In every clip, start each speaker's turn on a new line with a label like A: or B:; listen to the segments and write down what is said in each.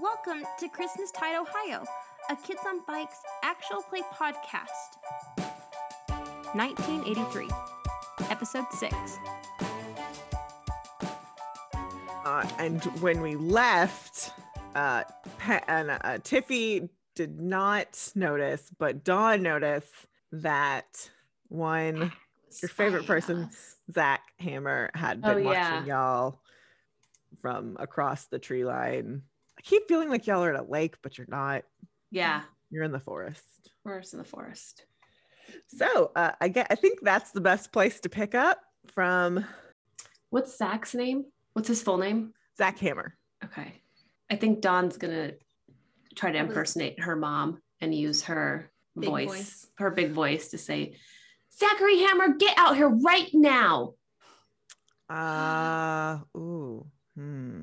A: Welcome to Christmas Tide, Ohio, a Kids on Bikes actual play podcast. 1983, episode 6.
B: Uh, and when we left, uh, Pe- and, uh, Tiffy did not notice, but Dawn noticed that one, your favorite person, Zach Hammer, had
C: Oh,
B: been
C: yeah.
B: watching y'all from across the tree line. I keep feeling like y'all are at a lake, but you're not.
C: Yeah,
B: You're in the forest.
C: forest in the forest.
B: So uh, I get. I think that's the best place to pick up from
C: What's Zach's name? What's his full name?
B: Zach Hammer.
C: Okay. I think Dawn's gonna try to
D: What was-
C: impersonate her mom and use her
D: Big
C: voice,
D: voice.
C: her big voice to say, Zachary Hammer, get out here right now.
B: Uh, ooh, hmm.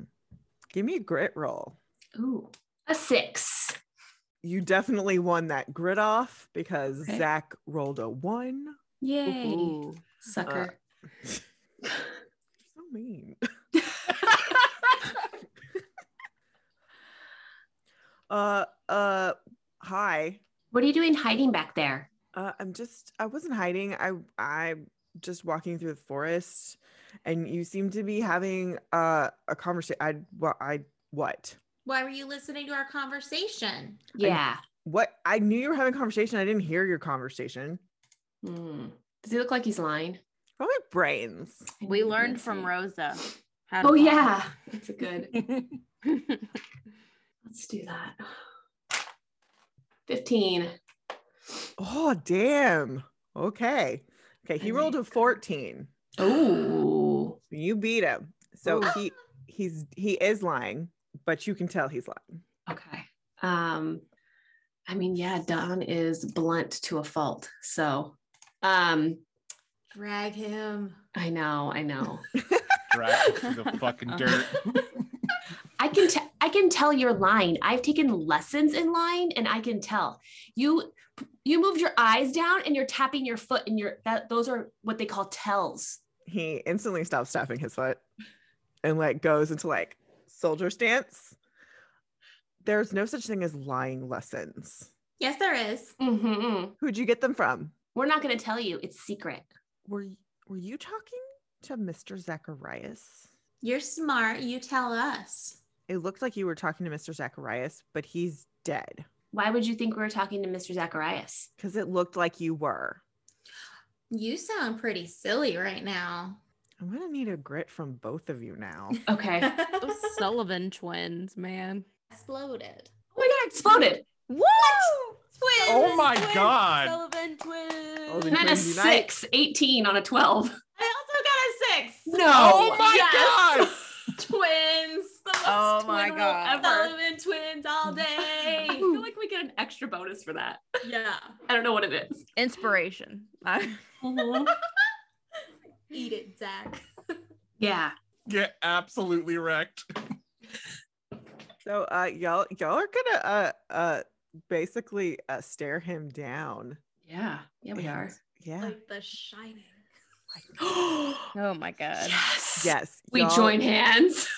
B: Give me a grit roll.
C: Ooh, a six.
B: You definitely won that grit off because
C: Okay.
B: Zach rolled a one.
C: Yay.
D: Ooh.
C: Sucker.
B: So mean. Uh, uh, hi.
C: what are you doing hiding back there?
B: Uh, I'm just. I wasn't hiding. I. I'm just walking through the forest, and you seem to be having uh a conversation. I. What. I. What.
D: Why were you listening to our conversation?
C: Yeah.
B: What. I knew you were having a conversation. I didn't hear your conversation.
C: Hmm. Does he look like he's lying?
B: Probably brains.
A: We learned from
C: Row.
A: Rosa. how to
C: Oh
A: lie.
C: yeah. That's a good. Let's do that. 15.
B: Oh, damn. Okay. Okay. He
C: I
B: rolled a
C: think-
B: 14.
C: Oh.
B: You beat him. So
D: Ooh.
B: he he's he is lying, but you can tell he's lying.
C: Okay. Um I mean, yeah, Don is blunt to a fault. So, um
D: Drag him.
C: I know, I know.
E: dragged through the fucking dirt.
C: I can t- I can tell you're lying. I've taken lessons in lying and I can tell. You you moved your eyes down and you're tapping your foot and you're that those are what they call tells.
B: He instantly stops tapping his foot and like goes into like soldier stance. There's no such thing as lying lessons.
D: Yes, there is.
C: Mhm.
B: Who'd you get them from?
C: We're not going to tell you. It's secret.
B: Were y- were you talking to Mr. Zacharias?
D: You're smart. You tell us.
B: It looked like you were talking to Mr. Zacharias, but he's dead
C: Why would you think we were talking to Mr. Zacharias?
B: because it looked like you were.
D: You sound pretty silly right now.
B: I'm gonna need a grit from both of you now.
C: Okay.
F: Those Sullivan twins, man.
D: Exploded.
C: Oh my god, exploded.
A: What?
D: Twins.
E: Oh my god.
A: Sullivan twins.
B: Oh, the-
C: And then a
B: Twins unite.
C: six, 18 on a 12.
D: I also got a six.
C: No.
E: Oh my
D: Twins. The most
A: Oh my
C: twin
A: God.
C: ever.
D: Sullivan twins all
C: I
D: day.
C: feel like we get an extra bonus for that.
D: yeah.
C: I don't know what it is.
A: Inspiration. I-
D: Eat it, Zach.
C: Yeah.
E: Get absolutely wrecked.
B: So uh, y'all y'all are gonna uh uh basically uh stare him down.
C: Yeah. Yeah, we are.
B: Yeah.
D: Like the shining.
A: oh my god.
C: yes.
B: Yes.
C: We
B: y'all-
C: join hands.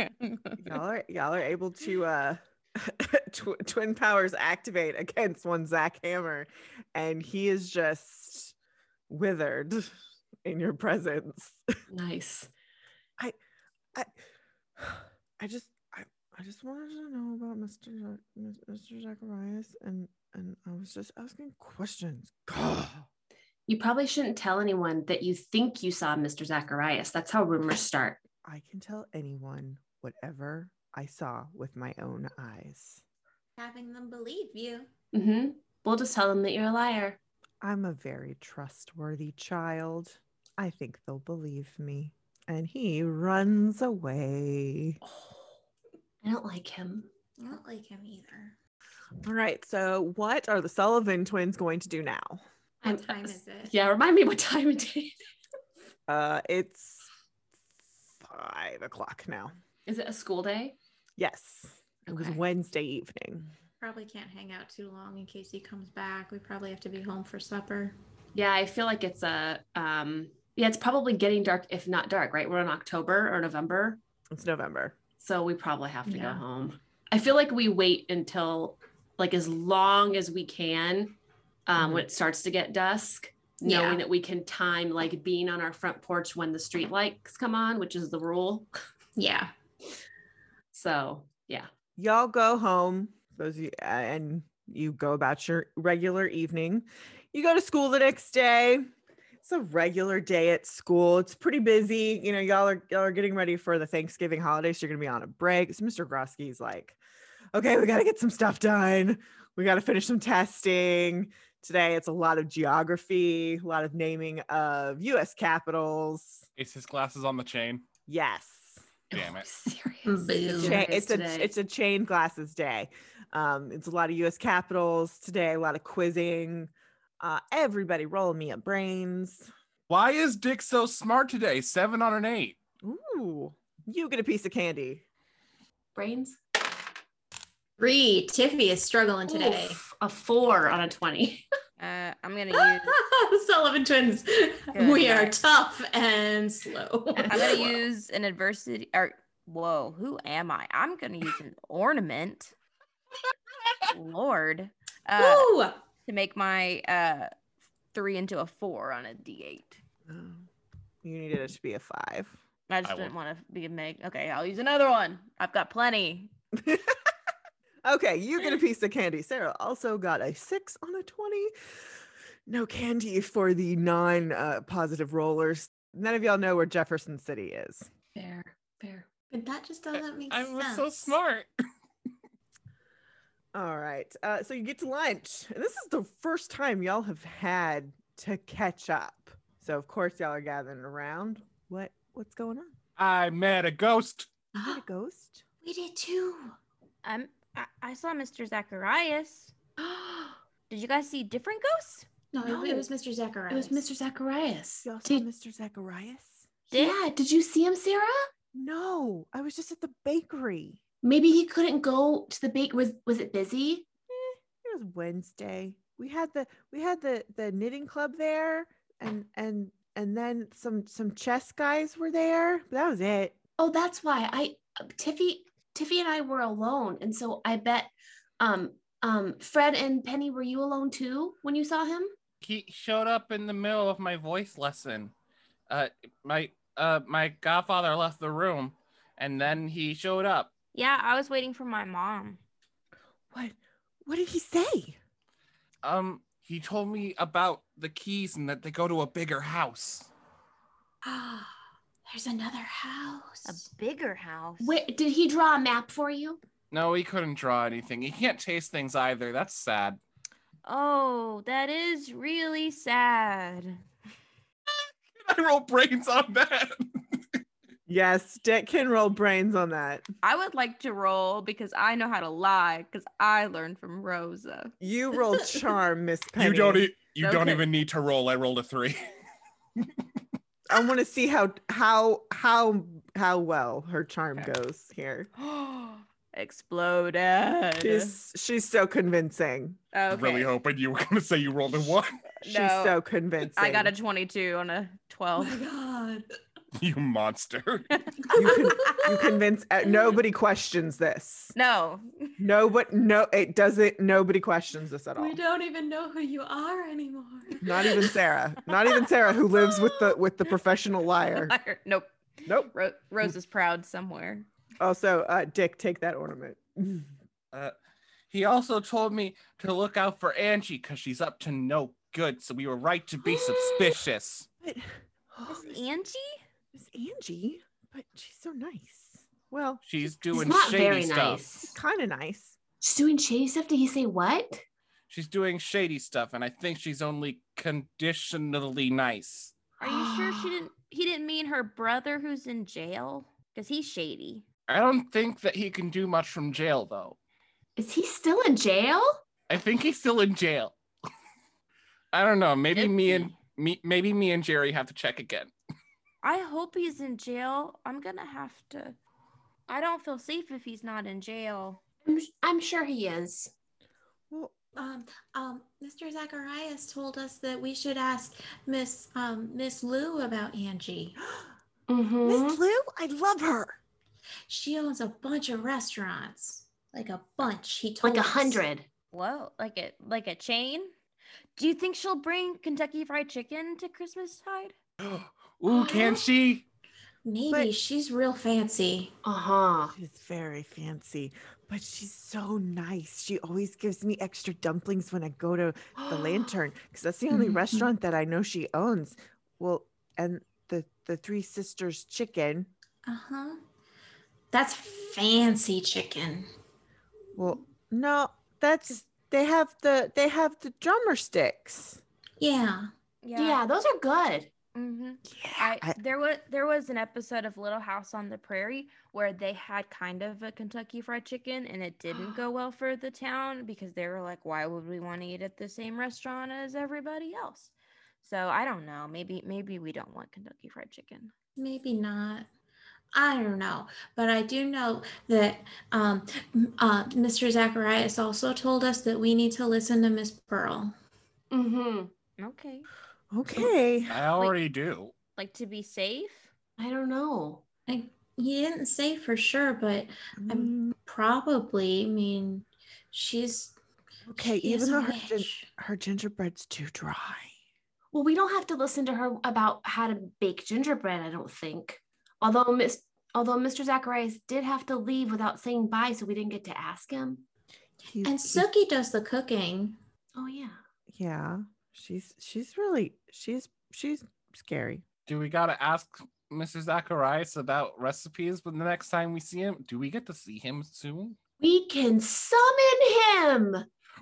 B: Y'all are y'all are able to uh tw- twin powers activate against one Zach Hammer, and he is just withered in your presence.
C: Nice.
B: I I just I, I just wanted to know about Mr. Zac- Mr. Zacharias and and I was just asking questions.
C: You probably shouldn't tell anyone that you think you saw Mr. Zacharias. That's how rumors start.
B: I can tell anyone whatever I saw with my own eyes.
D: Having them believe you.
C: hmm We'll just tell them that you're a liar.
B: I'm a very trustworthy child. I think they'll believe me. And he runs away.
C: Oh. I don't like him.
D: I don't like him either.
B: All right. So, what are the Sullivan twins going to do now?
C: I'm-
D: What time is it?
C: Yeah, remind me what time it is.
B: Uh, it's five o'clock now.
C: Is it a school day?
B: Yes. It was
C: Okay.
B: Wednesday evening.
D: Probably can't hang out too long in case he comes back. We probably have to be home for supper.
C: Yeah, I feel like it's a um yeah, it's probably getting dark if not dark, right? We're in October or November.
B: It's November.
C: So we probably have to go
D: Yeah.
C: home. I feel like we wait until like as long as we can um, when it starts to get dusk, knowing
F: Yeah.
C: that we can time like being on our front porch when the street lights come on, which is the rule.
D: Yeah.
C: So yeah.
B: y'all go home those of you, uh, and you go about your regular evening you go to school the next day it's a regular day at school it's pretty busy you know y'all are y'all are getting ready for the thanksgiving holiday so you're gonna be on a break so mr grosky's like okay we gotta get some stuff done we gotta finish some testing today it's a lot of geography a lot of naming of us capitals
E: Is his glasses on the chain?
B: yes
E: Damn it.
C: Serious.
D: Boo.
B: cha-
C: Serious
B: it's a
C: today.
B: it's a chain glasses day. Um, it's a lot of U.S. capitals today. A lot of quizzing. Uh, everybody, roll me a brains.
E: Why is Dick so smart today? Seven on an eight.
B: Ooh, you get a piece of candy.
C: brains
D: Three. Tiffy is struggling today.
C: Oof, a four on a 20.
F: Uh, I'm gonna use.
D: Sullivan twins.
F: Good
D: we are
F: night.
D: tough and slow.
F: I'm gonna use an adversity. Or whoa, who am I? I'm gonna use an ornament. Lord, uh,
D: Woo!
F: to make my uh three into a four on a D8.
B: Oh, you needed it to be a five.
F: I just
E: I
F: didn't
E: will-
F: want to be a meg. Okay, I'll use another one. I've got plenty.
B: Okay, you get a piece of candy. Sarah also got a six on a twenty. No candy for the non-positive rollers. None of y'all know where Jefferson City is.
C: Fair, fair.
D: But that just doesn't make
E: I
D: sense.
E: was so smart.
B: All right. Uh, so you get to lunch, and this is the first time y'all have had to catch up. So of course y'all are gathering around. What what's going on?
E: I met a ghost.
B: Is it a ghost?
D: we did too.
F: Um, I, I saw Mr. Zacharias. Did you guys see different ghosts?
D: No,
C: No.
D: It, it was Mr. Zacharias.
C: It was Mr. Zacharias.
B: Y'all saw
C: Did,
B: Mr. Zacharias?
F: Dick?
C: yeah, did you see him, Sarah?
B: No, I was just at the bakery.
C: Maybe he couldn't go to the bake. Was was it busy?
B: It was Wednesday. We had the we had the the knitting club there, and and and then some some chess guys were there. But that was it.
C: Oh, that's why I Tiffy Tiffy and I were alone, and so I bet um um Fred and Penny were you alone too when you saw him?
E: He showed up in the middle of my voice lesson. Uh, my uh, my godfather left the room, and then he showed up.
F: Yeah, I was waiting for my mom.
B: What what did he say?
E: Um, he told me about the keys and that they go to a bigger house.
D: Ah, there's another house.
F: A bigger house.
C: Wait, did he draw a map for you?
E: No, he couldn't draw anything. He can't taste things either. That's sad.
F: Oh, that is really sad.
E: I roll brains on that.
B: Yes, Dick can roll brains on that.
F: I would like to roll because I know how to lie because I learned from Rosa.
B: You roll charm, Miss Penny.
E: You don't. E- you don't
F: Okay.
E: even need to roll. I rolled a three.
B: I want to see how how how how well her charm
E: Okay.
B: goes here.
F: Exploded.
B: She's she's so convincing.
E: I
F: okay.
E: Really hoping you were gonna say you rolled a one.
B: She's
F: No,
B: so convincing.
F: I got a 22 on a
D: Oh
F: 12.
D: my god.
E: You monster.
B: You, con- you convince uh, nobody questions this.
F: No.
B: No, but no, it doesn't. Nobody questions this at all.
D: We don't even know who you are anymore.
B: Not even Sarah. Not even Sarah, who lives with the with the professional liar.
F: nope.
B: Nope.
F: Ro- Rose is proud somewhere.
B: Also, uh, Dick, take that ornament.
E: Uh, He also told me to look out for Angie because she's up to no good. So we were right to be suspicious.
B: But
F: Miss Angie?
B: Miss Angie, but she's so nice. Well,
E: She's
C: He's
E: doing
C: not
E: shady
C: very
E: stuff.
C: nice.
B: kind of nice.
C: She's doing shady stuff. Did he say what?
E: She's doing shady stuff, and I think she's only conditionally nice.
F: Are you sure she didn't he didn't mean her brother who's in jail? Because he's shady.
E: I don't think that he can do much from jail, though.
C: Is he still in jail?
E: I think he's still in jail. I don't know. Maybe
F: Could
E: me
F: be.
E: and me, maybe me and Jerry have to check again.
F: I hope he's in jail. I'm gonna have to I don't feel safe if he's not in jail.
C: I'm, I'm sure he is.
B: Well,
D: Um, um, Mr. Zacharias told us that we should ask Miss um Miss Lou about Angie.
C: Mm-hmm.
B: Miss Lou, I love her.
D: She owns a bunch of restaurants, like a bunch. He told
C: like a
D: us.
C: hundred.
F: Whoa, like a like a chain? Do you think she'll bring Kentucky Fried Chicken to Christmas tide?
E: Ooh, can she?
D: Maybe
B: But-
D: she's real fancy.
C: Uh huh.
B: She's very fancy, but she's so nice. She always gives me extra dumplings when I go to the Lantern because that's the only
D: Mhm.
B: restaurant that I know she owns. Well, and the the Three Sisters Chicken.
D: Uh huh. That's fancy chicken.
B: Well, no, that's they have the they have the drummer sticks.
D: Yeah.
C: Yeah. those are good.
F: Mm-hmm.
B: Yeah,
F: I,
B: I-
F: there was there was an episode of Little House on the Prairie where they had kind of a Kentucky Fried Chicken and it didn't go well for the town because they were like, why would we want to eat at the same restaurant as everybody else? So I don't know. Maybe maybe we don't want Kentucky Fried Chicken.
D: Maybe not. I don't know, but I do know that um, m- uh, Mr. Zacharias also told us that we need to listen to Miss Pearl.
C: Mm-hmm.
F: Okay,
B: okay.
E: I already do.
F: like to be safe.
C: I don't know.
D: I, he didn't say for sure, but
B: Mm,
D: probably. I mean, she's
B: okay,
D: she is
B: even
D: a
B: though her, gin-
D: witch.
B: her gingerbread's too dry.
C: Well, we don't have to listen to her about how to bake gingerbread. I don't think. Although Miss, although Mr. Zacharias did have to leave without saying bye, so we didn't get to ask him.
B: He-
D: and
B: he-
D: Suki does the cooking.
C: Oh yeah.
B: yeah, she's she's really she's she's scary.
E: Do we gotta ask Mr. Zacharias about recipes when the next time we see him? Do we get to see him soon?
C: We can summon him.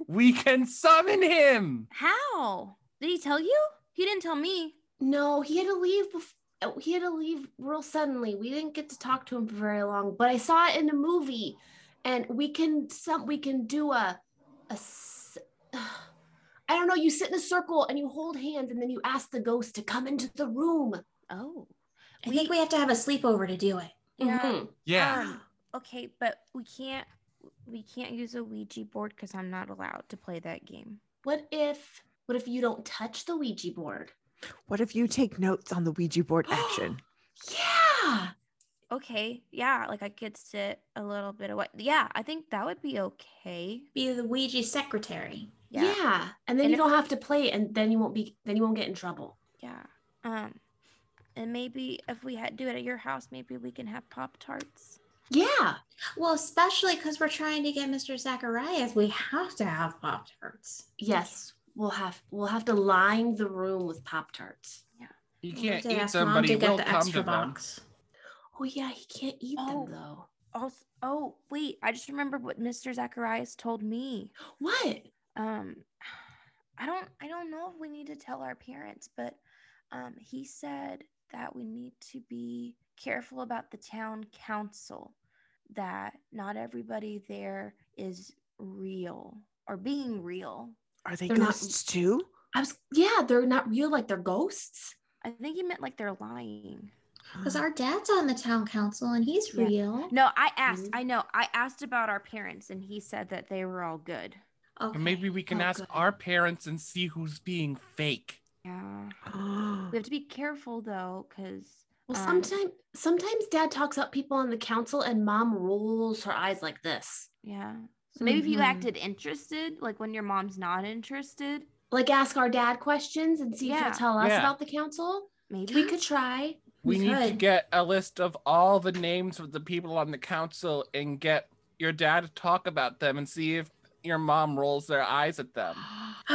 E: We can summon him.
F: How did he tell you? He didn't tell me.
C: No, he had to leave before. He had to leave real suddenly. We didn't get to talk to him for very long, but I saw it in a movie, and we can some we can do a, a s- I don't know. You sit in a circle and you hold hands, and then you ask the ghost to come into the room.
F: Oh,
D: I think we have to have a sleepover to do it.
F: Yeah.
C: Mhm.
E: Yeah.
F: Um, okay, but we can't we can't use a Ouija board because I'm not allowed to play that game.
C: What if What if you don't touch the Ouija board?
B: What if you take notes on the Ouija board action?
C: Yeah.
F: Okay, yeah, like I could sit a little bit away. Yeah, I think that would be okay.
D: Be the Ouija secretary.
F: Yeah,
C: Yeah. And then
F: And
C: you
F: if-
C: don't have to play it, and then you won't be then you won't get in trouble.
F: yeah. Um, and maybe if we had do it at your house, maybe we can have Pop Tarts.
C: Yeah.
D: Well, especially because we're trying to get Mr. Zacharias, we have to have Pop Tarts.
C: Yes. We'll have we'll have to line the room with pop tarts.
E: You can't eat them, but he will come to them.
C: Oh yeah, he can't eat
F: Oh.
C: them though.
F: Also, oh wait, I just remembered what Mr. Zacharias told me.
C: What?
F: um i don't i don't know if we need to tell our parents but um he said that we need to be careful about the town council that not everybody there is real or being real
B: Are they
C: They're not-
B: ghosts too?
C: I was yeah, they're not real like they're ghosts.
F: i think he meant like they're lying
D: Because our dad's on the town council and he's
F: Yeah.
D: real.
F: no i asked
C: Mhm.
F: i know i asked about our parents and he said that they were all good
D: Okay.
E: And maybe we can
C: Oh,
E: ask
C: good.
E: our parents and see who's being fake.
F: yeah we
B: Oh,
F: have to be careful though because
C: Well,
D: Uh.
F: Um,
C: sometimes sometimes dad talks up people on the council and mom rolls her eyes like this.
F: yeah so maybe if you
D: Mhm.
F: acted interested like when your mom's not interested
C: Like ask our dad questions and see if
F: Yeah.
C: he'll tell us
E: Yeah.
C: about the council.
F: maybe
C: We could try.
E: We
D: We
E: need to
D: could.
E: get a list of all the names of the people on the council and get your dad to talk about them and see if your mom rolls their eyes at them.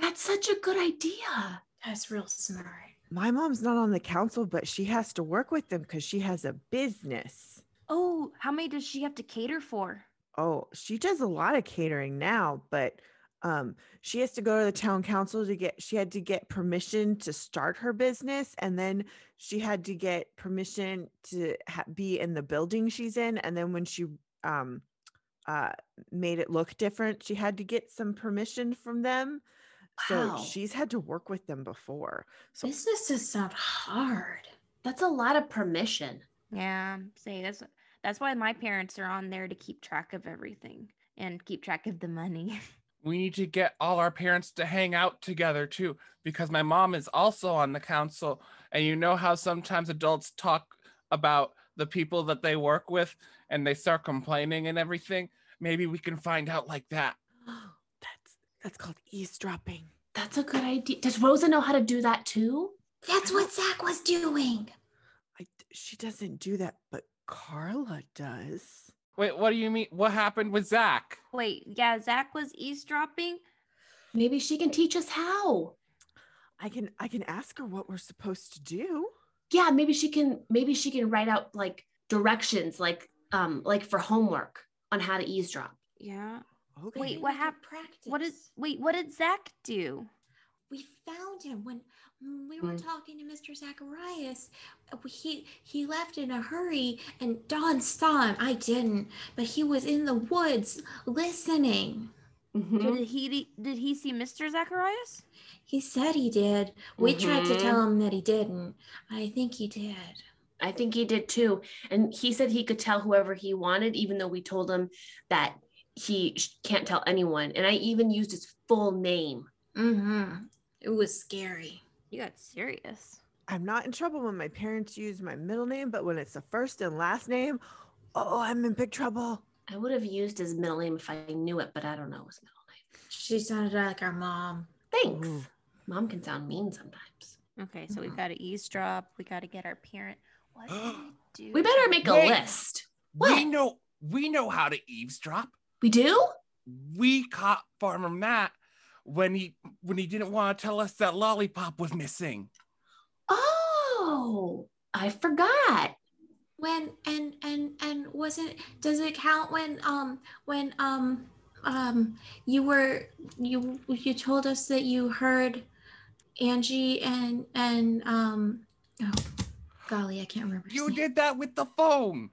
C: That's such a good idea.
D: That's real smart.
B: my mom's not on the council, but she has to work with them because she has a business.
F: Oh, how many does she have to cater for?
B: Oh, she does a lot of catering now, but um, she has to go to the town council to get. She had to get permission to start her business, and then she had to get permission to ha- be in the building she's in. And then when she um, uh, made it look different, she had to get some permission from them.
C: Wow.
B: So she's had to work with them before. So
D: Businesses sound hard.
C: That's a lot of permission.
F: Yeah, say that's that's why my parents are on there to keep track of everything and keep track of the money.
E: We need to get all our parents to hang out together too, because my mom is also on the council. And you know how sometimes adults talk about the people that they work with and they start complaining and everything, maybe we can find out like that.
B: that's that's called eavesdropping.
C: That's a good idea. Does Rosa know how to do that too?
D: That's what Zach was doing.
B: I, she doesn't do that, but Carla does.
E: Wait, what do you mean? What happened with Zach?
A: Wait, yeah, Zach was eavesdropping.
C: Maybe she can teach us how.
B: I can I can ask her what we're supposed to do.
C: Yeah, maybe she can maybe she can write out like directions like um like for homework on how to eavesdrop.
A: Yeah.
B: Okay.
A: Wait,
D: We
A: what
D: could
A: hap-
D: Practice.
A: What did wait? What did Zach do?
D: we found him when when we were
C: Mm.
D: talking to Mr. Zacharias. uh, He he left in a hurry, and Don saw him. I didn't, but he was in the woods listening.
F: Mm-hmm.
C: Mhm.
A: Did he did he see Mr. Zacharias?
D: He said he did. We tried to
C: Mhm.
D: tell him that he didn't. I think he did.
C: I think he did too. And he said he could tell whoever he wanted, even though we told him that he sh- can't tell anyone. And I even used his full name.
D: Mm-hmm. It was scary.
A: You got serious.
B: I'm not in trouble when my parents use my middle name, but when it's the first and last name, oh, I'm in big trouble.
C: I would have used his middle name if I knew it, but I don't know his middle
D: She sounded like our mom.
C: name. Thanks.
B: Ooh.
C: Mom can sound mean sometimes.
A: Okay, so we've
F: Mm-hmm.
D: Mhm.
A: got to eavesdrop. We got to get our parent. What do we do?
C: We better make a
E: Wait.
C: list.
E: We
C: What?
E: know we know how to eavesdrop.
C: We do?
E: We caught Farmer Matt when he when he didn't want to tell us that lollipop was missing.
C: Oh, I forgot.
D: When and and and wasn't does it count when um when um um you were you you told us that you heard Angie and and um oh golly I can't remember his
E: You
D: name.
E: did that with the phone.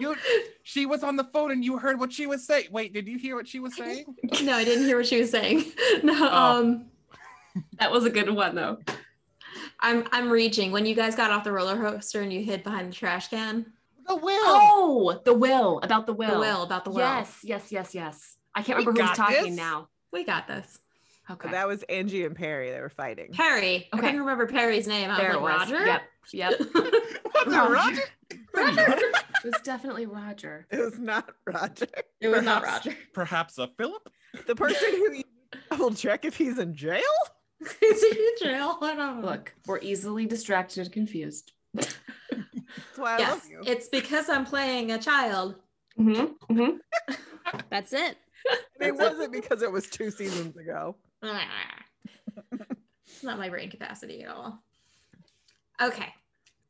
E: You she was on the phone and you heard what she was saying. Wait, did you hear what she was saying?
D: no I didn't hear what she was saying no
E: Oh.
D: um
C: That was a good one, though.
D: I'm I'm reaching when you guys got off the roller coaster and you hid behind the trash can
E: The will.
C: Oh, the will about the will.
D: the will about the
C: Oh,
D: will
C: Yes, yes, yes, yes. I can't
E: We
C: remember who's
E: got
C: talking
E: this.
C: now.
D: we got this
C: Okay.
B: That was Angie and Perry. They were fighting.
D: Perry I
C: Okay.
D: couldn't remember Perry's name I
C: there it
D: was like
C: was.
D: Roger
C: Yep. Yep.
E: Was it Roger?
C: it was definitely Roger.
B: It was not Roger.
D: it was not
E: Perhaps-
D: Roger
E: Perhaps a Philip?
B: The person who you double check if he's in jail.
D: Is he in jail? I don't know.
C: Look, we're easily distracted and confused.
B: That's why I
D: yes,
B: love you.
D: it's because I'm playing a child.
C: Mm-hmm. Mm-hmm.
A: That's it.
B: And it wasn't because it was two seasons ago.
D: it's not my brain capacity at all. Okay.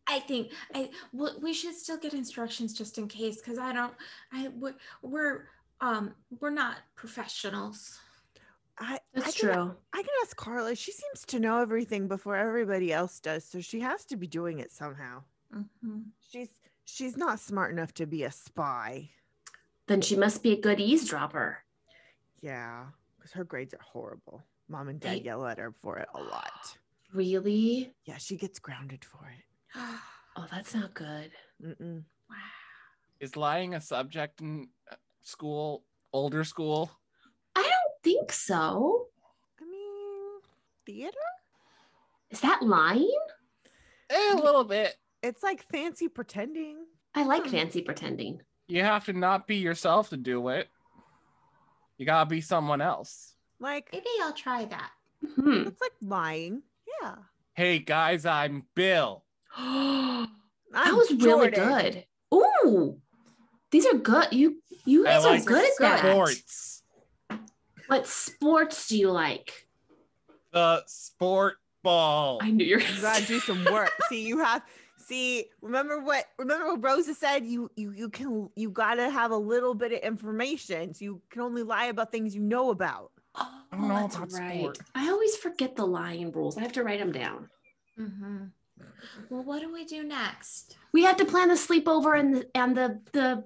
D: I think I well, we should still get instructions just in case because I don't I we're, we're um we're not professionals.
B: I, I
C: That's
B: can-
C: true.
B: I can ask Carla. She seems to know everything before everybody else does, so she has to be doing it somehow.
A: Mm-hmm.
B: She's she's not smart enough to be a spy.
C: Then she must be a good eavesdropper.
B: Yeah, because her grades are horrible. Mom and dad
D: They-
B: yell at her for it a lot.
C: Really?
B: Yeah, she gets grounded for it.
C: Oh, that's not good.
B: Mm-mm.
D: wow.
E: Is lying a subject in uh, school, older school?
C: I don't think so.
B: I mean, theater?
C: Is that lying?
E: Eh, a little bit.
B: It's like fancy pretending.
C: I like
D: Hmm.
C: fancy pretending.
E: You have to not be yourself to do it. You gotta be someone else.
B: Like
D: Maybe I'll try that.
C: Hmm.
B: it's like lying. Yeah.
E: Hey guys, I'm Bill.
C: that
B: I'm
C: was really
B: Jordan.
C: good. Ooh, these are good. You you
E: I
C: guys
E: like
C: are good at that.
E: sports.
C: What sports do you like?
E: The sport ball.
C: I knew you were
B: You gotta do some work. see, you have see, remember what remember what Rosa said? You you you can you gotta have a little bit of information. So you can only lie about things you know about.
C: Oh,
E: I don't know
C: that's
E: about
C: right.
E: sport.
C: I always forget the lying rules. I have to write them down.
D: Mm-hmm. Well, what do we do next?
C: We have to plan the sleepover and the and the the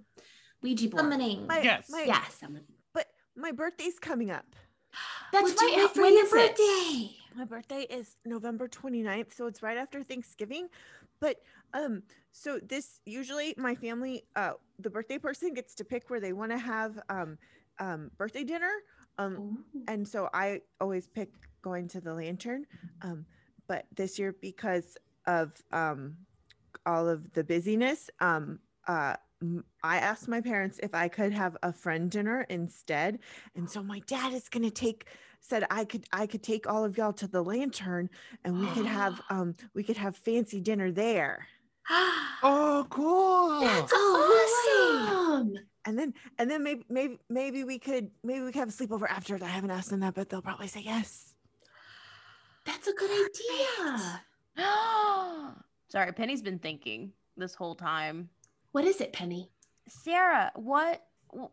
C: Ouija board.
D: Summoning.
B: My-
E: Yes.
B: my-
C: Yes, I'm gonna-
B: But my birthday's coming up.
C: that's
D: What do
C: right.
D: we
C: How-
D: for
C: when
D: your
C: is it?
D: birthday?
B: My birthday is November 29th, so it's right after Thanksgiving. But um so this usually my family uh the birthday person gets to pick where they want to have um um birthday dinner. Um
C: Ooh.
B: and so I always pick going to the lantern. Um, but this year because of um, all of the busyness, um, uh, m- I asked my parents if I could have a friend dinner instead, and so my dad is gonna take said I could I could take all of y'all to the lantern, and we could have um we could have fancy dinner there.
E: Oh, cool.
C: That's
D: Oh,
C: awesome.
B: And then and then maybe maybe maybe we could maybe we could have a sleepover after. I haven't asked them that, but they'll probably say yes.
C: That's a good idea.
F: Sorry, Penny's been thinking this whole time.
C: What is it, Penny?
F: Sarah, what wh-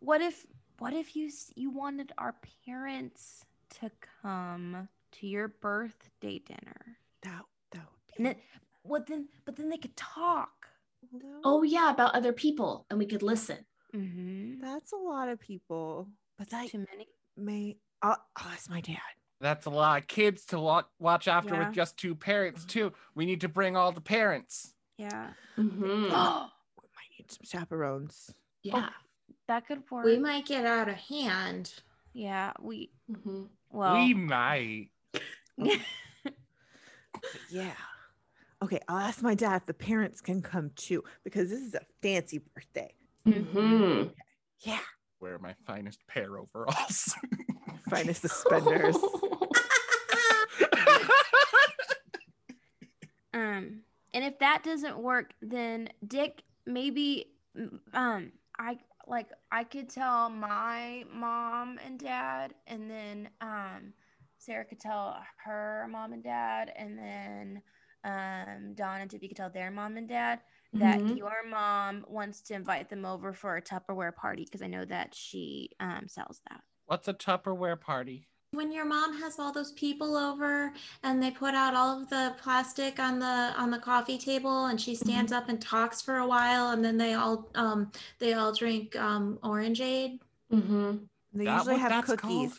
F: what if what if you s- you wanted our parents to come to your birthday dinner?
B: That that would be
F: And then what then but then they could talk.
B: no,
C: Oh yeah, about other people, and we could listen.
F: Mhm.
B: that's a lot of people. But that
F: Too many.
B: may I'll, I'll ask my dad.
E: That's a lot of kids to wa- watch after
F: Yeah.
E: with just two parents, too. We need to bring all the parents.
F: Yeah.
C: Mhm.
B: We might need some chaperones.
C: Yeah.
F: that could work.
D: we might get out of hand.
F: yeah, we
C: Mhm.
F: well
E: we might.
B: Yeah. Okay, I'll ask my dad if the parents can come too, because this is a fancy birthday.
C: Mhm.
B: Yeah.
E: Wear my finest pair overalls.
B: Finest suspenders.
F: Um, and if that doesn't work, then Dick, maybe, mm, um, I like I could tell my mom and dad, and then um, Sarah could tell her mom and dad, and then um, Don and Tiffy could tell their mom and dad that
C: Mhm.
F: your mom wants to invite them over for a Tupperware party because I know that she um sells that.
E: What's a Tupperware party?
D: When your mom has all those people over and they put out all of the plastic on the on the coffee table and she stands up and talks for a while and then they all um they all drink um orangeade.
C: Mhm.
B: They
E: That
B: usually
E: what
B: have
E: that's
B: cookies.
E: called?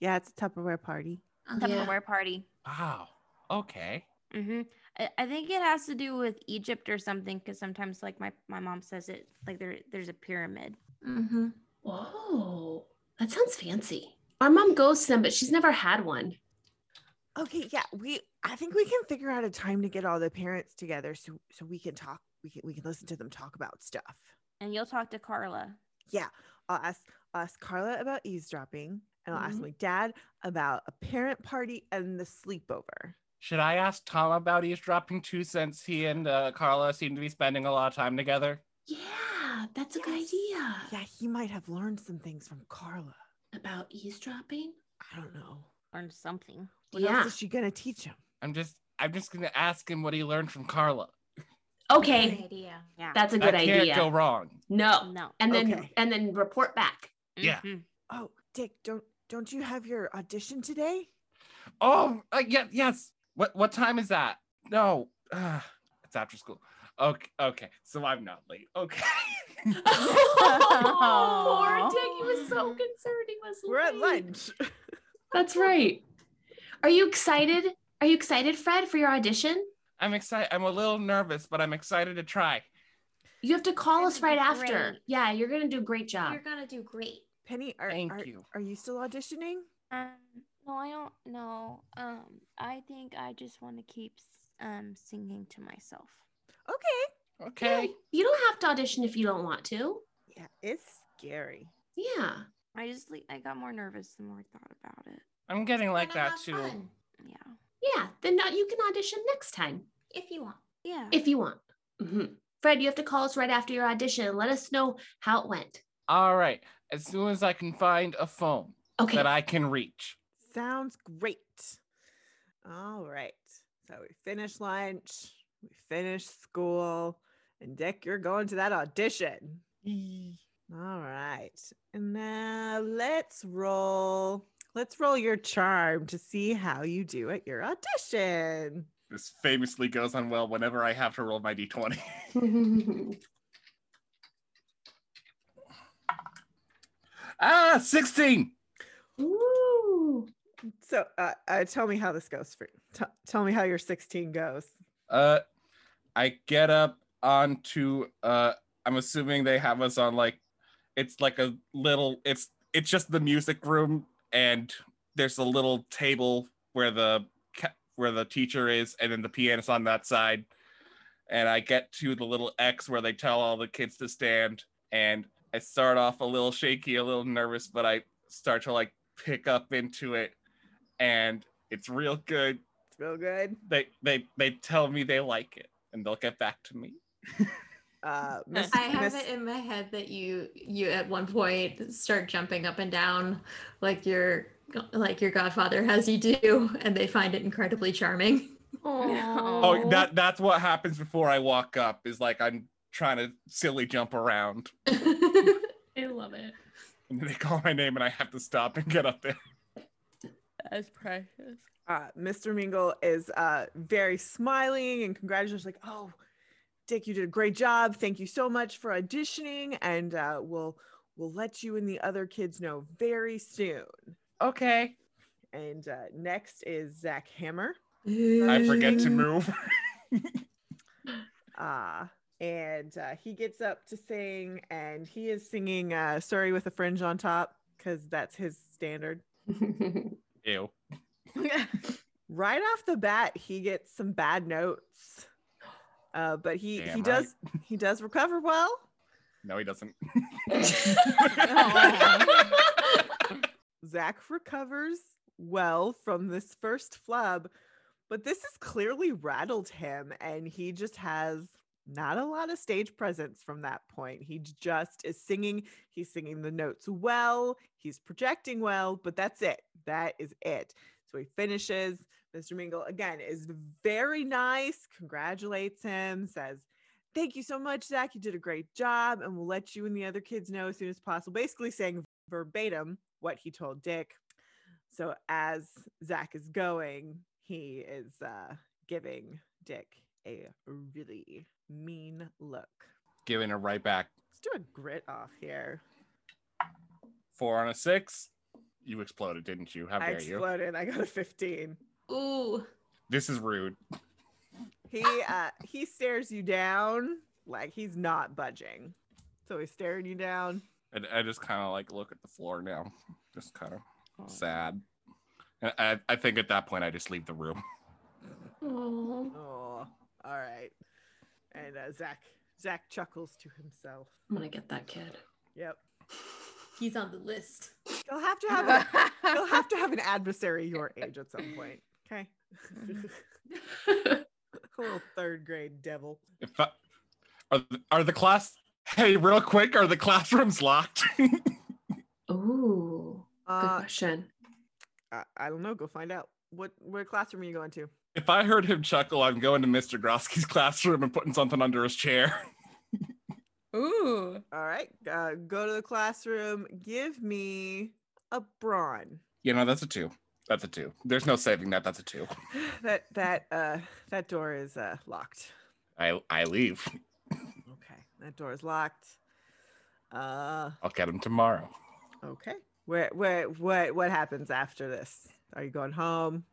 B: Yeah, it's a Tupperware party.
D: Um,
C: Yeah.
F: Tupperware party.
E: Wow. Okay.
F: Mm-hmm. I, I think it has to do with Egypt or something because sometimes, like my, my mom says it, like there there's a pyramid.
D: mhm.
C: Whoa, that sounds fancy. Our mom goes to them, but she's never had one.
B: Okay, yeah, we I think we can figure out a time to get all the parents together so so we can talk. We can we can listen to them talk about stuff.
F: And you'll talk to Carla.
B: I'll ask I'll ask Carla about eavesdropping, and I'll ask
C: Mhm.
B: my dad about a parent party and the sleepover.
E: Should I ask Tom about eavesdropping too, since he and uh, Carla seem to be spending a lot of time together?
C: Yeah, that's a good
B: Yes.
C: idea.
B: Yeah, he might have learned some things from Carla.
C: About eavesdropping?
B: I don't know.
F: Learn something.
B: What
C: yeah.
B: else is she gonna teach him?
E: I'm just, I'm just gonna ask him what he learned from Carla.
C: Okay,
D: idea.
F: Yeah.
C: that's a
E: I
C: good
E: can't
C: idea.
E: go wrong.
G: Oh,
C: no,
F: no.
C: and then
B: Okay.
C: and then report back.
E: Yeah.
F: Mhm.
B: Oh, Dick, don't don't you have your audition today?
E: Oh, uh, yeah, yes. What, what time is that? No, uh, it's after school. Okay, okay. So I'm not late. Okay.
C: Poor Dick, he was so concerned. He was.
B: We're at
C: late.
B: lunch.
C: That's right. Are you excited? Are you excited, Fred, for your audition?
E: I'm excited. I'm a little nervous, but I'm excited to try.
C: You have to call us
F: You're
C: right
F: gonna do
C: after.
F: great.
C: Yeah, you're gonna do a great job.
D: You're gonna do great.
B: Penny, are
E: Thank
B: are,
E: you.
B: are you still auditioning?
F: Um, no, I don't know. Um, I think I just want to keep s- um singing to myself.
B: Okay.
E: Okay.
C: You don't have to audition if you don't want to.
B: Yeah, it's scary.
C: Yeah.
F: I just like I got more nervous the more I thought about it.
E: I'm getting like
D: Gonna
E: that
D: have
E: too.
D: fun
F: Yeah.
C: Yeah. Then uh, you can audition next time
D: if you want.
F: Yeah.
C: if you want. Mhm. Fred, you have to call us right after your audition and let us know how it went.
E: All right. As soon as I can find a phone
C: Okay.
E: that I can reach.
B: Sounds great. All right. So we finished lunch, we finished school, and Dick, you're going to that audition. All right. And now let's roll. Let's roll your charm to see how you do at your audition.
E: This famously goes on well whenever I have to roll my d20. ah, 16.
C: Ooh.
B: So uh, uh, tell me how this goes for you. T- tell me how your 16 goes.
E: Uh, I get up onto, uh, I'm assuming they have us on like, it's like a little, it's, it's just the music room and there's a little table where the, ca- where the teacher is and then the pianist on that side. and I get to the little X where they tell all the kids to stand. And I start off a little shaky, a little nervous, but I start to like pick up into it, and it's real good.
B: Feel good.
E: They they they tell me they like it, and they'll get back to me.
B: Uh, Miss,
D: I have
B: Miss-
D: it in my head that you you at one point start jumping up and down like your like your godfather has you do, and they find it incredibly charming.
E: Oh, that that's what happens before I walk up. Is like I'm trying to silly jump around,
D: I love it.
E: and then they call my name, and I have to stop and get up there.
G: That's precious.
B: uh, Mr. Mingle is uh, very smiling and congratulations, like, oh, Dick, you did a great job. Thank you so much for auditioning, and uh, we'll we'll let you and the other kids know very soon.
E: Okay.
B: And uh, next is Zach Hammer,
E: I forget to move.
B: uh, and uh, he gets up to sing, and he is singing uh, "Sorry" with a fringe on top because that's his standard.
E: Ew.
B: right off the bat he gets some bad notes uh, but he
E: Damn
B: he
E: right.
B: does he does recover well
E: No, he doesn't.
B: zach recovers well from this first flub but this has clearly rattled him and he just has not a lot of stage presence from that point he just is singing he's singing the notes well he's projecting well but that's it that is it so he finishes Mr. Mingle again is very nice, congratulates him, says, Thank you so much, Zach. You did a great job, and we'll let you and the other kids know as soon as possible. Basically, saying verbatim what he told Dick. So, as Zach is going, he is uh, giving Dick a really mean look.
E: Giving it right back.
B: Let's do a grit off here.
E: Four on a six. You exploded, didn't you? How
B: I
E: dare you?
B: exploded. I got a 15.
D: Ooh.
E: This is rude.
B: He uh he stares you down like he's not budging. So he's staring you down.
E: And I just kind of like look at the floor now. Just kind of sad. And I, I think at that point I just leave the room.
D: Oh.
B: Oh, all right. And uh, Zach Zach chuckles to himself.
C: I'm gonna get that kid.
B: Yep.
C: He's on the list.
B: You'll have to have a, you'll have to have an adversary your age at some point. Okay. Little third grade devil.
E: If I, are the, are the class? Hey, real quick, are the classrooms locked?
C: Ooh, good
B: Uh,
C: question.
B: I, I don't know. Go find out. What what classroom are you going to?
E: if I heard him chuckle, I'm going to Mr. Grosky's classroom and putting something under his chair.
G: Ooh.
B: All right. Uh, go to the classroom. Give me a brawn.
E: You know, that's a two. That's a two. There's no saving that. That's a two.
B: that that uh that door is uh locked
E: I I leave.
B: okay that door is locked uh
E: I'll get him tomorrow.
B: okay where where what what happens after this are you going home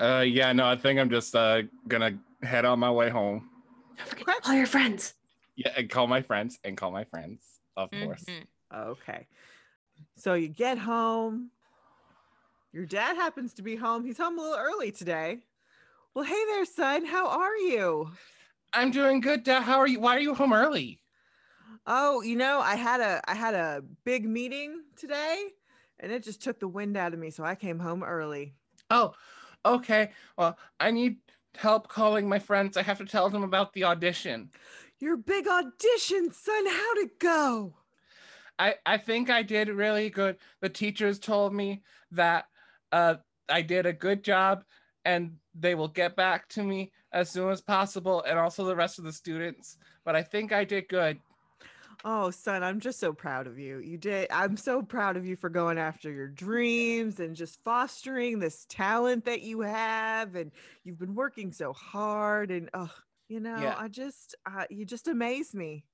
E: Uh, yeah, no, I think I'm just uh gonna head on my way home.
C: Don't forget
B: Okay.
C: to call your friends.
E: Yeah, and call my friends and call my friends, of course.
G: Mhm.
B: okay so you get home your dad happens to be home he's home a little early today well hey there son how are you
E: I'm doing good. Dad. How are you? Why are you home early?
B: oh you know i had a i had a big meeting today and it just took the wind out of me so i came home early
E: Oh, okay. Well, I need help calling my friends. I have to tell them about the audition.
B: your big audition son how'd it go
E: I I think I did really good. The teachers told me that uh I did a good job and they will get back to me as soon as possible and also the rest of the students, but I think I did good.
B: Oh, son, I'm just so proud of you. You did. I'm so proud of you for going after your dreams and just fostering this talent that you have. And you've been working so hard. And, oh, you know,
E: Yeah.
B: I just, uh, you just amaze me.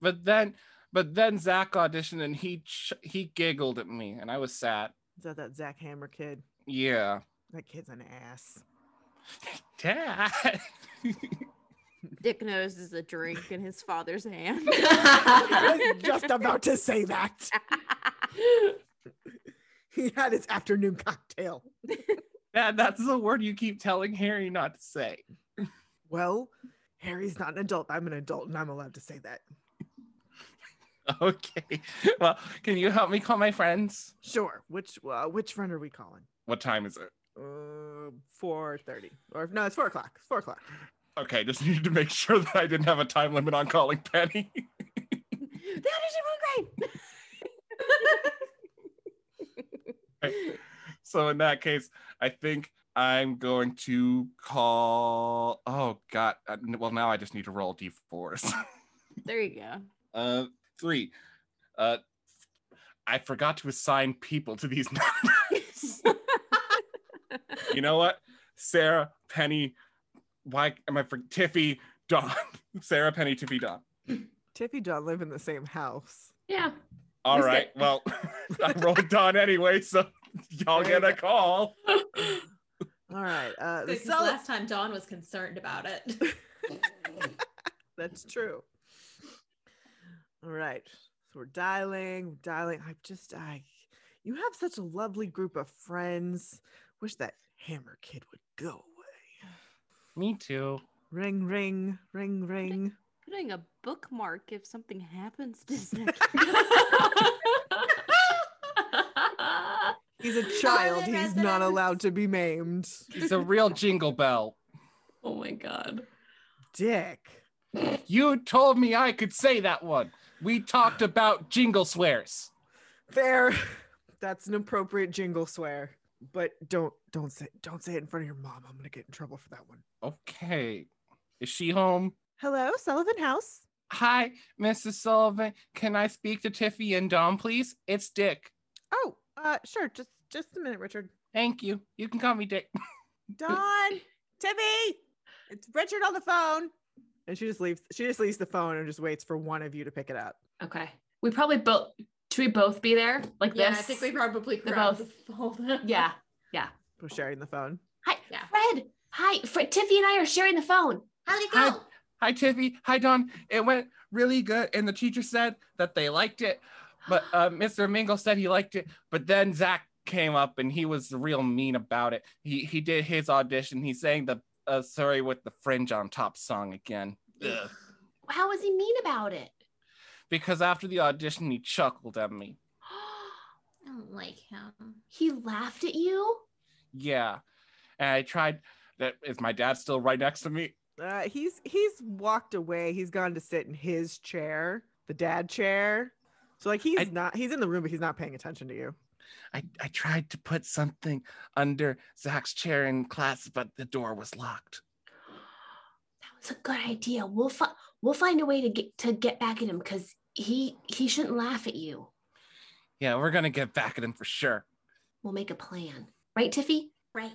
E: But then but then Zach auditioned and he ch- he giggled at me and I was sad.
B: Is that that Zach Hammer kid?
E: Yeah.
B: That kid's an ass.
E: Dad.
G: Dick notices a drink in his father's hand.
B: I was just about to say that. He had his afternoon cocktail.
E: Dad, that's the word you keep telling Harry not to say.
B: Well, Harry's not an adult. I'm an adult and I'm allowed to say that.
E: Okay. Well, can you help me call my friends?
B: Sure. Which uh, which friend are we calling?
E: What time is it?
B: Uh, four thirty. Or no, it's four o'clock. It's four o'clock.
E: Okay, just needed to make sure that I didn't have a time limit on calling Penny.
G: That is one grade.
E: so in that case, I think I'm going to call. Oh God! Uh, n- Well, now I just need to roll d4s.
G: there you go.
E: Uh, three. Uh, I forgot to assign people to these numbers. you know what? Sarah, Penny, why am I for Tiffy, Don? Sarah, Penny, Tiffy, Don.
B: Tiffy John live in the same house.
C: Yeah.
E: All
C: Who's
E: right. Well, I rolled Don anyway, so y'all
B: There you
E: get a call.
B: All right. Uh, the
H: Because
B: cell-
H: last time Dawn was concerned about it.
B: That's true. All right. So we're dialing, dialing. I just, I, you have such a lovely group of friends. Wish that hammer kid would go away.
E: Me too.
B: Ring, ring, ring, ring.
G: Putting a bookmark if something happens to Zach.
B: He's a child.
D: in
B: He's not
D: residence.
B: allowed to be maimed.
E: It's a real jingle bell.
C: oh my god.
B: Dick.
E: You told me I could say that one. We talked about jingle swears.
B: There. That's an appropriate jingle swear. But don't, don't say, don't say it in front of your mom. I'm gonna get in trouble for that one.
E: Okay. Is she home?
B: Hello, Sullivan House.
E: Hi, Mrs. Sullivan. Can I speak to Tiffy and Dom, please? It's Dick.
B: Oh, uh, sure. Just, just a minute, Richard.
E: Thank you. You can call me Dick.
B: Don, Timmy, it's Richard on the phone. And she just leaves. She just leaves the phone and just waits for one of you to pick it up.
C: Okay. We probably both should we both be there like
H: yeah,
C: this?
H: I think we probably
C: They're
H: grabbed
C: both-
H: the phone.
C: Yeah.
B: We're sharing the phone.
C: Hi,
H: Yeah.
C: Fred. Hi, Fred. Tiffy and I are sharing the phone.
D: How'd it
E: Hi.
D: go?
E: Hi, Tiffy. Hi, Don. It went really good, and the teacher said that they liked it. But uh, Mr. Mingle said he liked it. But then Zach came up, and he was real mean about it. He he did his audition. He sang the uh, "Sorry" with the fringe on top song again. Ugh.
C: How was he mean about it?
E: Because after the audition, he chuckled at me.
D: I don't like him.
C: he laughed at you?
E: Yeah, and I tried. That is my dad still right next to me?
B: Uh, he's he's walked away. He's gone to sit in his chair, the dad chair. So like he's
E: I-
B: not. He's in the room, but he's not paying attention to you.
E: I, I tried to put something under Zach's chair in class, but the door was locked.
C: That was a good idea. We'll fi- we'll find a way to get to get back at him because he he shouldn't laugh at you.
E: Yeah, we're gonna get back at him for sure.
C: We'll make a plan, right, Tiffy?
D: Right.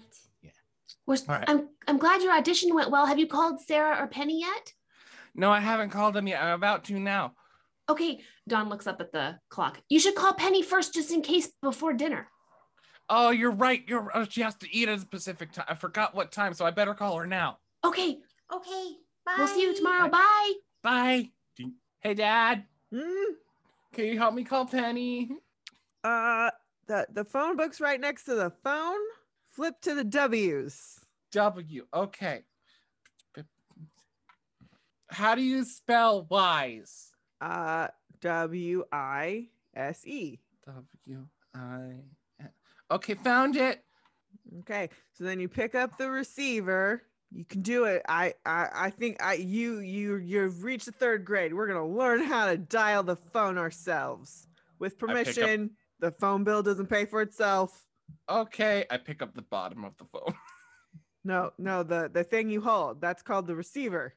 C: We're, s-
E: All right.
C: I'm I'm glad your audition went well. Have you called Sarah or Penny yet?
E: No, I haven't called him yet. I'm about to now.
C: Okay. Don looks up at the clock. You should call Penny first, just in case before dinner.
E: Oh, you're right. You're oh, she has to eat at a specific time. I forgot what time, so I better call her now.
C: Okay.
D: Okay. Bye.
C: We'll see you tomorrow.
E: Bye.
C: Bye.
E: Bye. Ding. Hey, Dad.
B: Mm,
E: Can you help me call Penny?
B: uh, the the phone book's right next to the phone. Flip to the W's.
E: W. Okay. How do you spell wise?
B: Uh, W I S E.
E: W I. Okay, found it.
B: Okay. So then you pick up the receiver. You can do it. I I, I think I you you you've reached the third grade. We're gonna learn how to dial the phone ourselves. With
E: pick up-
B: permission, the phone bill doesn't pay for itself.
E: Okay, I pick up the bottom of the phone.
B: No, no, the the thing you hold. That's called the receiver.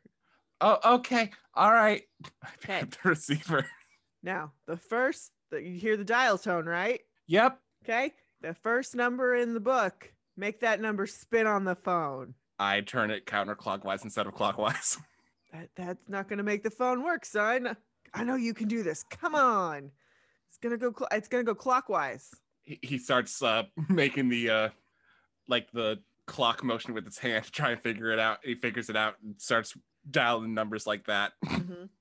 E: Oh, okay. All right. I pick
B: Okay.
E: up the receiver.
B: Now, the first that you hear the dial tone, right?
E: Yep.
B: Okay. The first number in the book, make that number spin on the phone.
E: I turn it counterclockwise instead of clockwise.
B: that that's not gonna make the phone work, son. I know you can do this. Come on. It's gonna go. Cl- it's gonna go clockwise.
E: he he starts uh, making the uh, like the clock motion with his hand to try and figure it out. He figures it out and starts dialing numbers like that.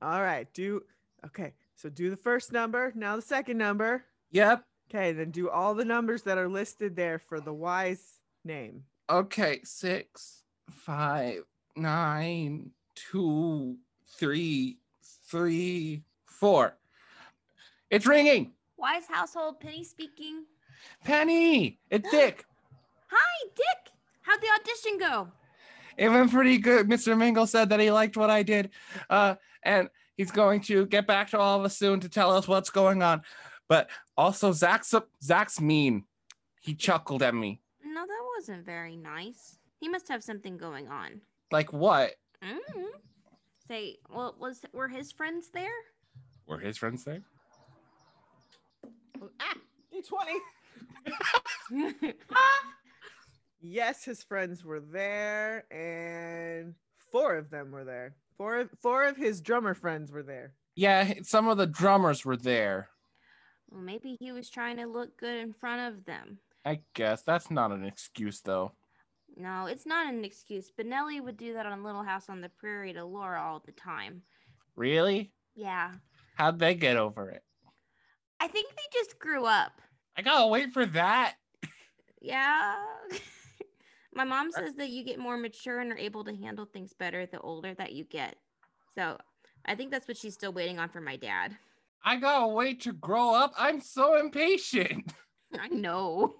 B: All right. Do okay. So do the first number. Now the second number.
E: yep.
B: Okay. Then do all the numbers that are listed there for the wise name.
E: Okay. Six, five, nine, two, three, three, four. It's ringing.
I: Wise household, Penny speaking.
E: Penny, it's Dick.
F: Hi, Dick. How'd the audition go?
E: It went pretty good. Mr. Mingle said that he liked what I did, uh, and he's going to get back to all of us soon to tell us what's going on. But also, Zach's Zach's mean. He chuckled at me.
F: No, that wasn't very nice. He must have something going on.
E: Like what?
F: mm Say, well, was were his friends there?
E: Were his friends there?
B: Ah, D20. Yes, his friends were there, and four of them were there. Four of, four of his drummer friends were there.
E: Yeah, some of the drummers were there.
F: well, maybe he was trying to look good in front of them.
E: I guess that's not an excuse though.
F: No, it's not an excuse. Benelli would do that on Little House on the Prairie to Laura all the time.
E: Really?
F: Yeah.
E: How'd they get over it?
F: I think they just grew up.
E: I gotta wait for that.
F: Yeah. My mom says that you get more mature and are able to handle things better the older that you get. So I think that's what she's still waiting on from my dad.
E: I gotta wait to grow up. I'm so impatient.
F: I know.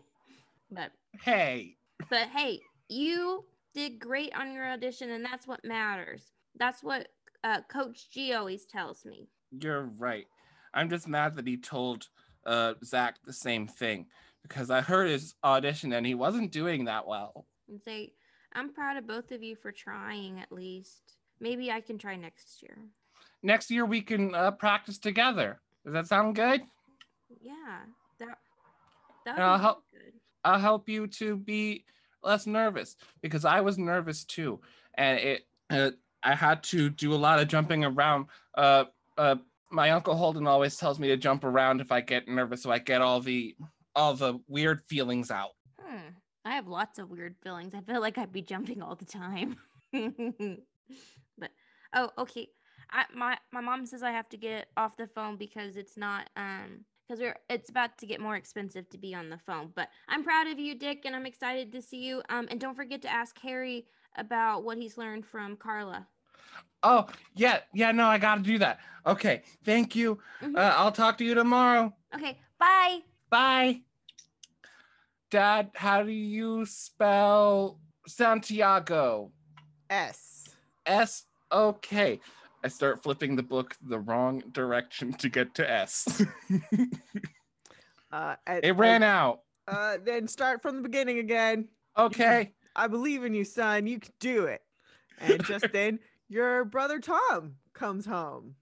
F: But
E: Hey,
F: but hey, you did great on your audition and that's what matters. That's what uh, coach G always tells me.
E: you're right. I'm just mad that he told uh, Zach the same thing because I heard his audition and he wasn't doing that well.
F: And say, I'm proud of both of you for trying at least. Maybe I can try next year.
E: Next year we can uh, practice together. Does that sound good?
F: Yeah. That that
E: And I'll
F: would be
E: help-
F: good.
E: I'll help you to be less nervous because I was nervous too, and it uh, I had to do a lot of jumping around. Uh, uh, my uncle Holden always tells me to jump around if I get nervous, so I get all the all the weird feelings out.
F: Hmm. I have lots of weird feelings. I feel like I'd be jumping all the time. but oh, okay. I, my my mom says I have to get off the phone because it's not um because we're it's about to get more expensive to be on the phone. But I'm proud of you, Dick, and I'm excited to see you. Um, and don't forget to ask Harry about what he's learned from Carla.
E: Oh yeah, yeah. No, I gotta do that. Okay, thank you.
F: Mhm.
E: Uh, I'll talk to you tomorrow.
F: Okay, bye.
E: Bye. Dad, how do you spell Santiago?
B: S.
E: S. Okay. I start flipping the book the wrong direction to get to S.
B: Uh,
E: it ran out.
B: Uh, then start from the beginning again.
E: Okay.
B: I believe in you, son. You can do it. And just then, your brother Tom comes home.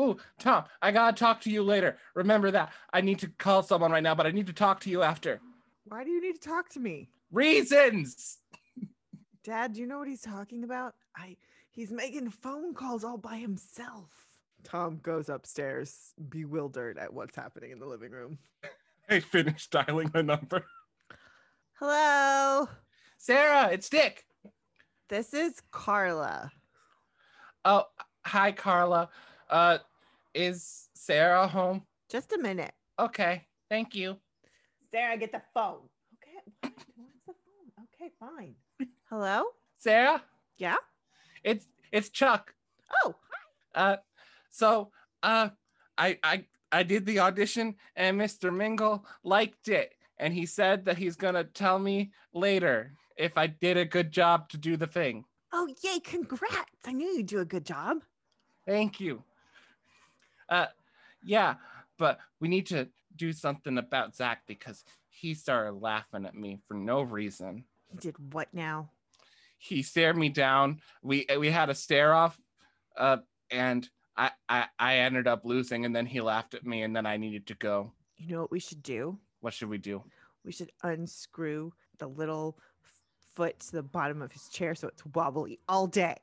E: Ooh, Tom, I gotta talk to you later. Remember that. I need to call someone right now, but I need to talk to you after.
B: Why do you need to talk to me?
E: Reasons.
B: Dad, do you know what he's talking about? I he's making phone calls all by himself. Tom goes upstairs, bewildered at what's happening in the living room.
E: I finished dialing the number.
B: Hello.
E: Sarah, it's Dick.
B: This is Carla.
E: Oh, hi, Carla. Uh, is Sarah home?
B: Just a minute.
E: Okay. Thank you.
B: Sarah, get the phone. Okay. What? What's the phone? Okay, fine. Hello?
E: Sarah?
B: Yeah?
E: It's it's Chuck.
B: Oh,
E: Uh, so uh, I I I did the audition, and Mr. Mingle liked it, and he said that he's gonna tell me later if I did a good job to do the thing.
B: Oh, yay, congrats. I knew you'd do a good job.
E: Thank you. Uh, yeah, but we need to do something about Zach because he started laughing at me for no reason.
B: He did what now?
E: He stared me down. We we had a stare off, uh, and I, I I ended up losing, and then he laughed at me, and then I needed to go.
B: You know what we should do?
E: What should we do?
B: We should unscrew the little f- foot to the bottom of his chair so it's wobbly all day.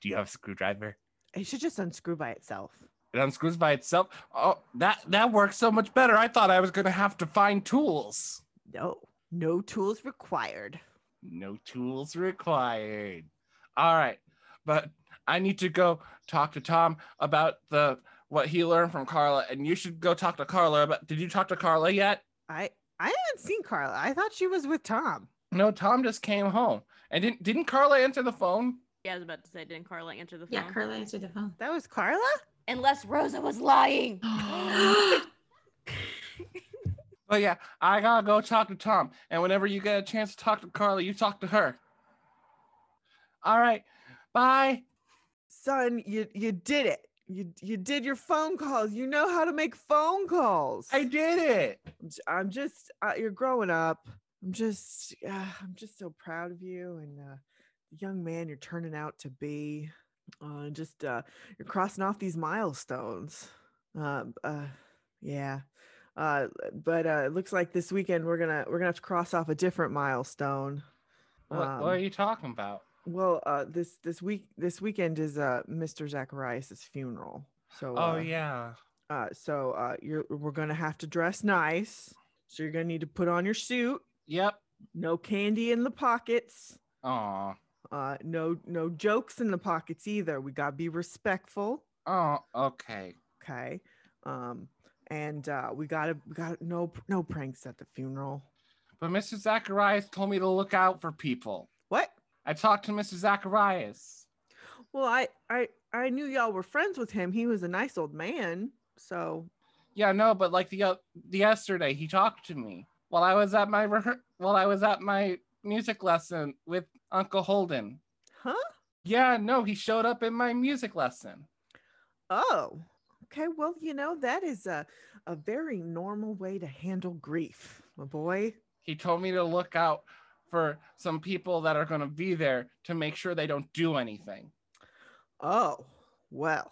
E: Do you have a screwdriver?
B: It should just unscrew by itself.
E: It unscrews by itself. Oh, that that works so much better. I thought I was gonna have to find tools.
B: No, no tools required.
E: No tools required. All right, but I need to go talk to Tom about the what he learned from Carla, and you should go talk to Carla about. Did you talk to Carla yet?
B: I I haven't seen Carla. I thought she was with Tom.
E: No, Tom just came home, and didn't didn't Carla answer the phone?
G: Yeah, I was about to say, didn't Carla answer the phone?
D: Yeah, Carla answered the phone.
B: That was Carla?
A: Unless Rosa was lying.
E: But Oh, yeah, I gotta go talk to Tom. And whenever you get a chance to talk to Carla, you talk to her. All right. Bye.
B: Son, you you did it. You you did your phone calls. You know how to make phone calls.
E: I did it.
B: I'm j- I'm just uh, you're growing up. I'm just uh, I'm just so proud of you and uh, the young man you're turning out to be. Uh, just uh, you're crossing off these milestones. Uh, uh, yeah, uh, but uh, it looks like this weekend we're gonna we're gonna have to cross off a different milestone. Um,
E: What, what are you talking about?
B: Well, uh, this this week this weekend is uh, Mr. Zacharias' funeral. So
E: Oh
B: uh,
E: yeah.
B: uh, so uh, you're we're gonna have to dress nice. So you're gonna need to put on your suit.
E: Yep.
B: No candy in the pockets.
E: Aw.
B: Uh, no no jokes in the pockets either. We gotta be respectful.
E: Oh, okay.
B: Okay. Um, and uh, we gotta we got to no no pranks at the funeral.
E: But Mr. Zacharias told me to look out for people.
B: What?
E: I talked to Mr. Zacharias.
B: Well, I I I knew y'all were friends with him. He was a nice old man. So
E: Yeah, no, but like the uh, the yesterday he talked to me while I was at my rehe- while I was at my music lesson with Uncle Holden.
B: huh?
E: Yeah, no, he showed up in my music lesson.
B: Oh, okay. Well, you know, that is a, a very normal way to handle grief, my boy.
E: He told me to look out for some people that are going to be there to make sure they don't do anything.
B: Oh, well,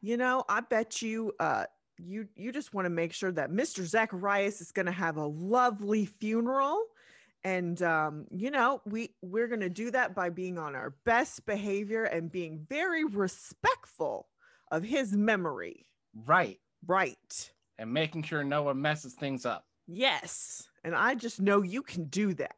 B: you know, I bet you, uh, you, you just want to make sure that Mr. Zacharias is going to have a lovely funeral. And, um, you know, we, we're going to do that by being on our best behavior and being very respectful of his memory.
E: Right.
B: Right.
E: And making sure no one messes things up.
B: Yes. And I just know you can do that.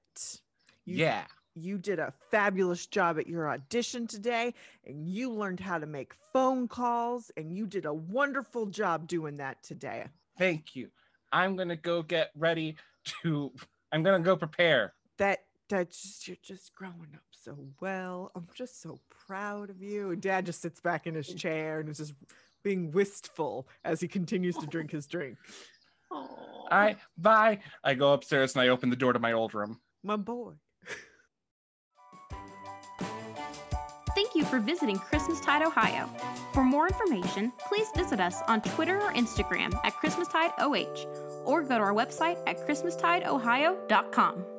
B: You,
E: yeah.
B: you did a fabulous job at your audition today and you learned how to make phone calls and you did a wonderful job doing that today
E: Thank you. I'm going to go get ready to I'm going to go prepare.
B: that that's just you're just growing up so well i'm just so proud of you and dad just sits back in his chair and is just being wistful as he continues to drink his drink
E: All right. Bye. I go upstairs and I open the door to my old room.
B: my boy
A: Thank you for visiting Christmastide, Ohio. For more information, please visit us on Twitter or Instagram at ChristmastideOH or go to our website at ChristmastideOhio.com.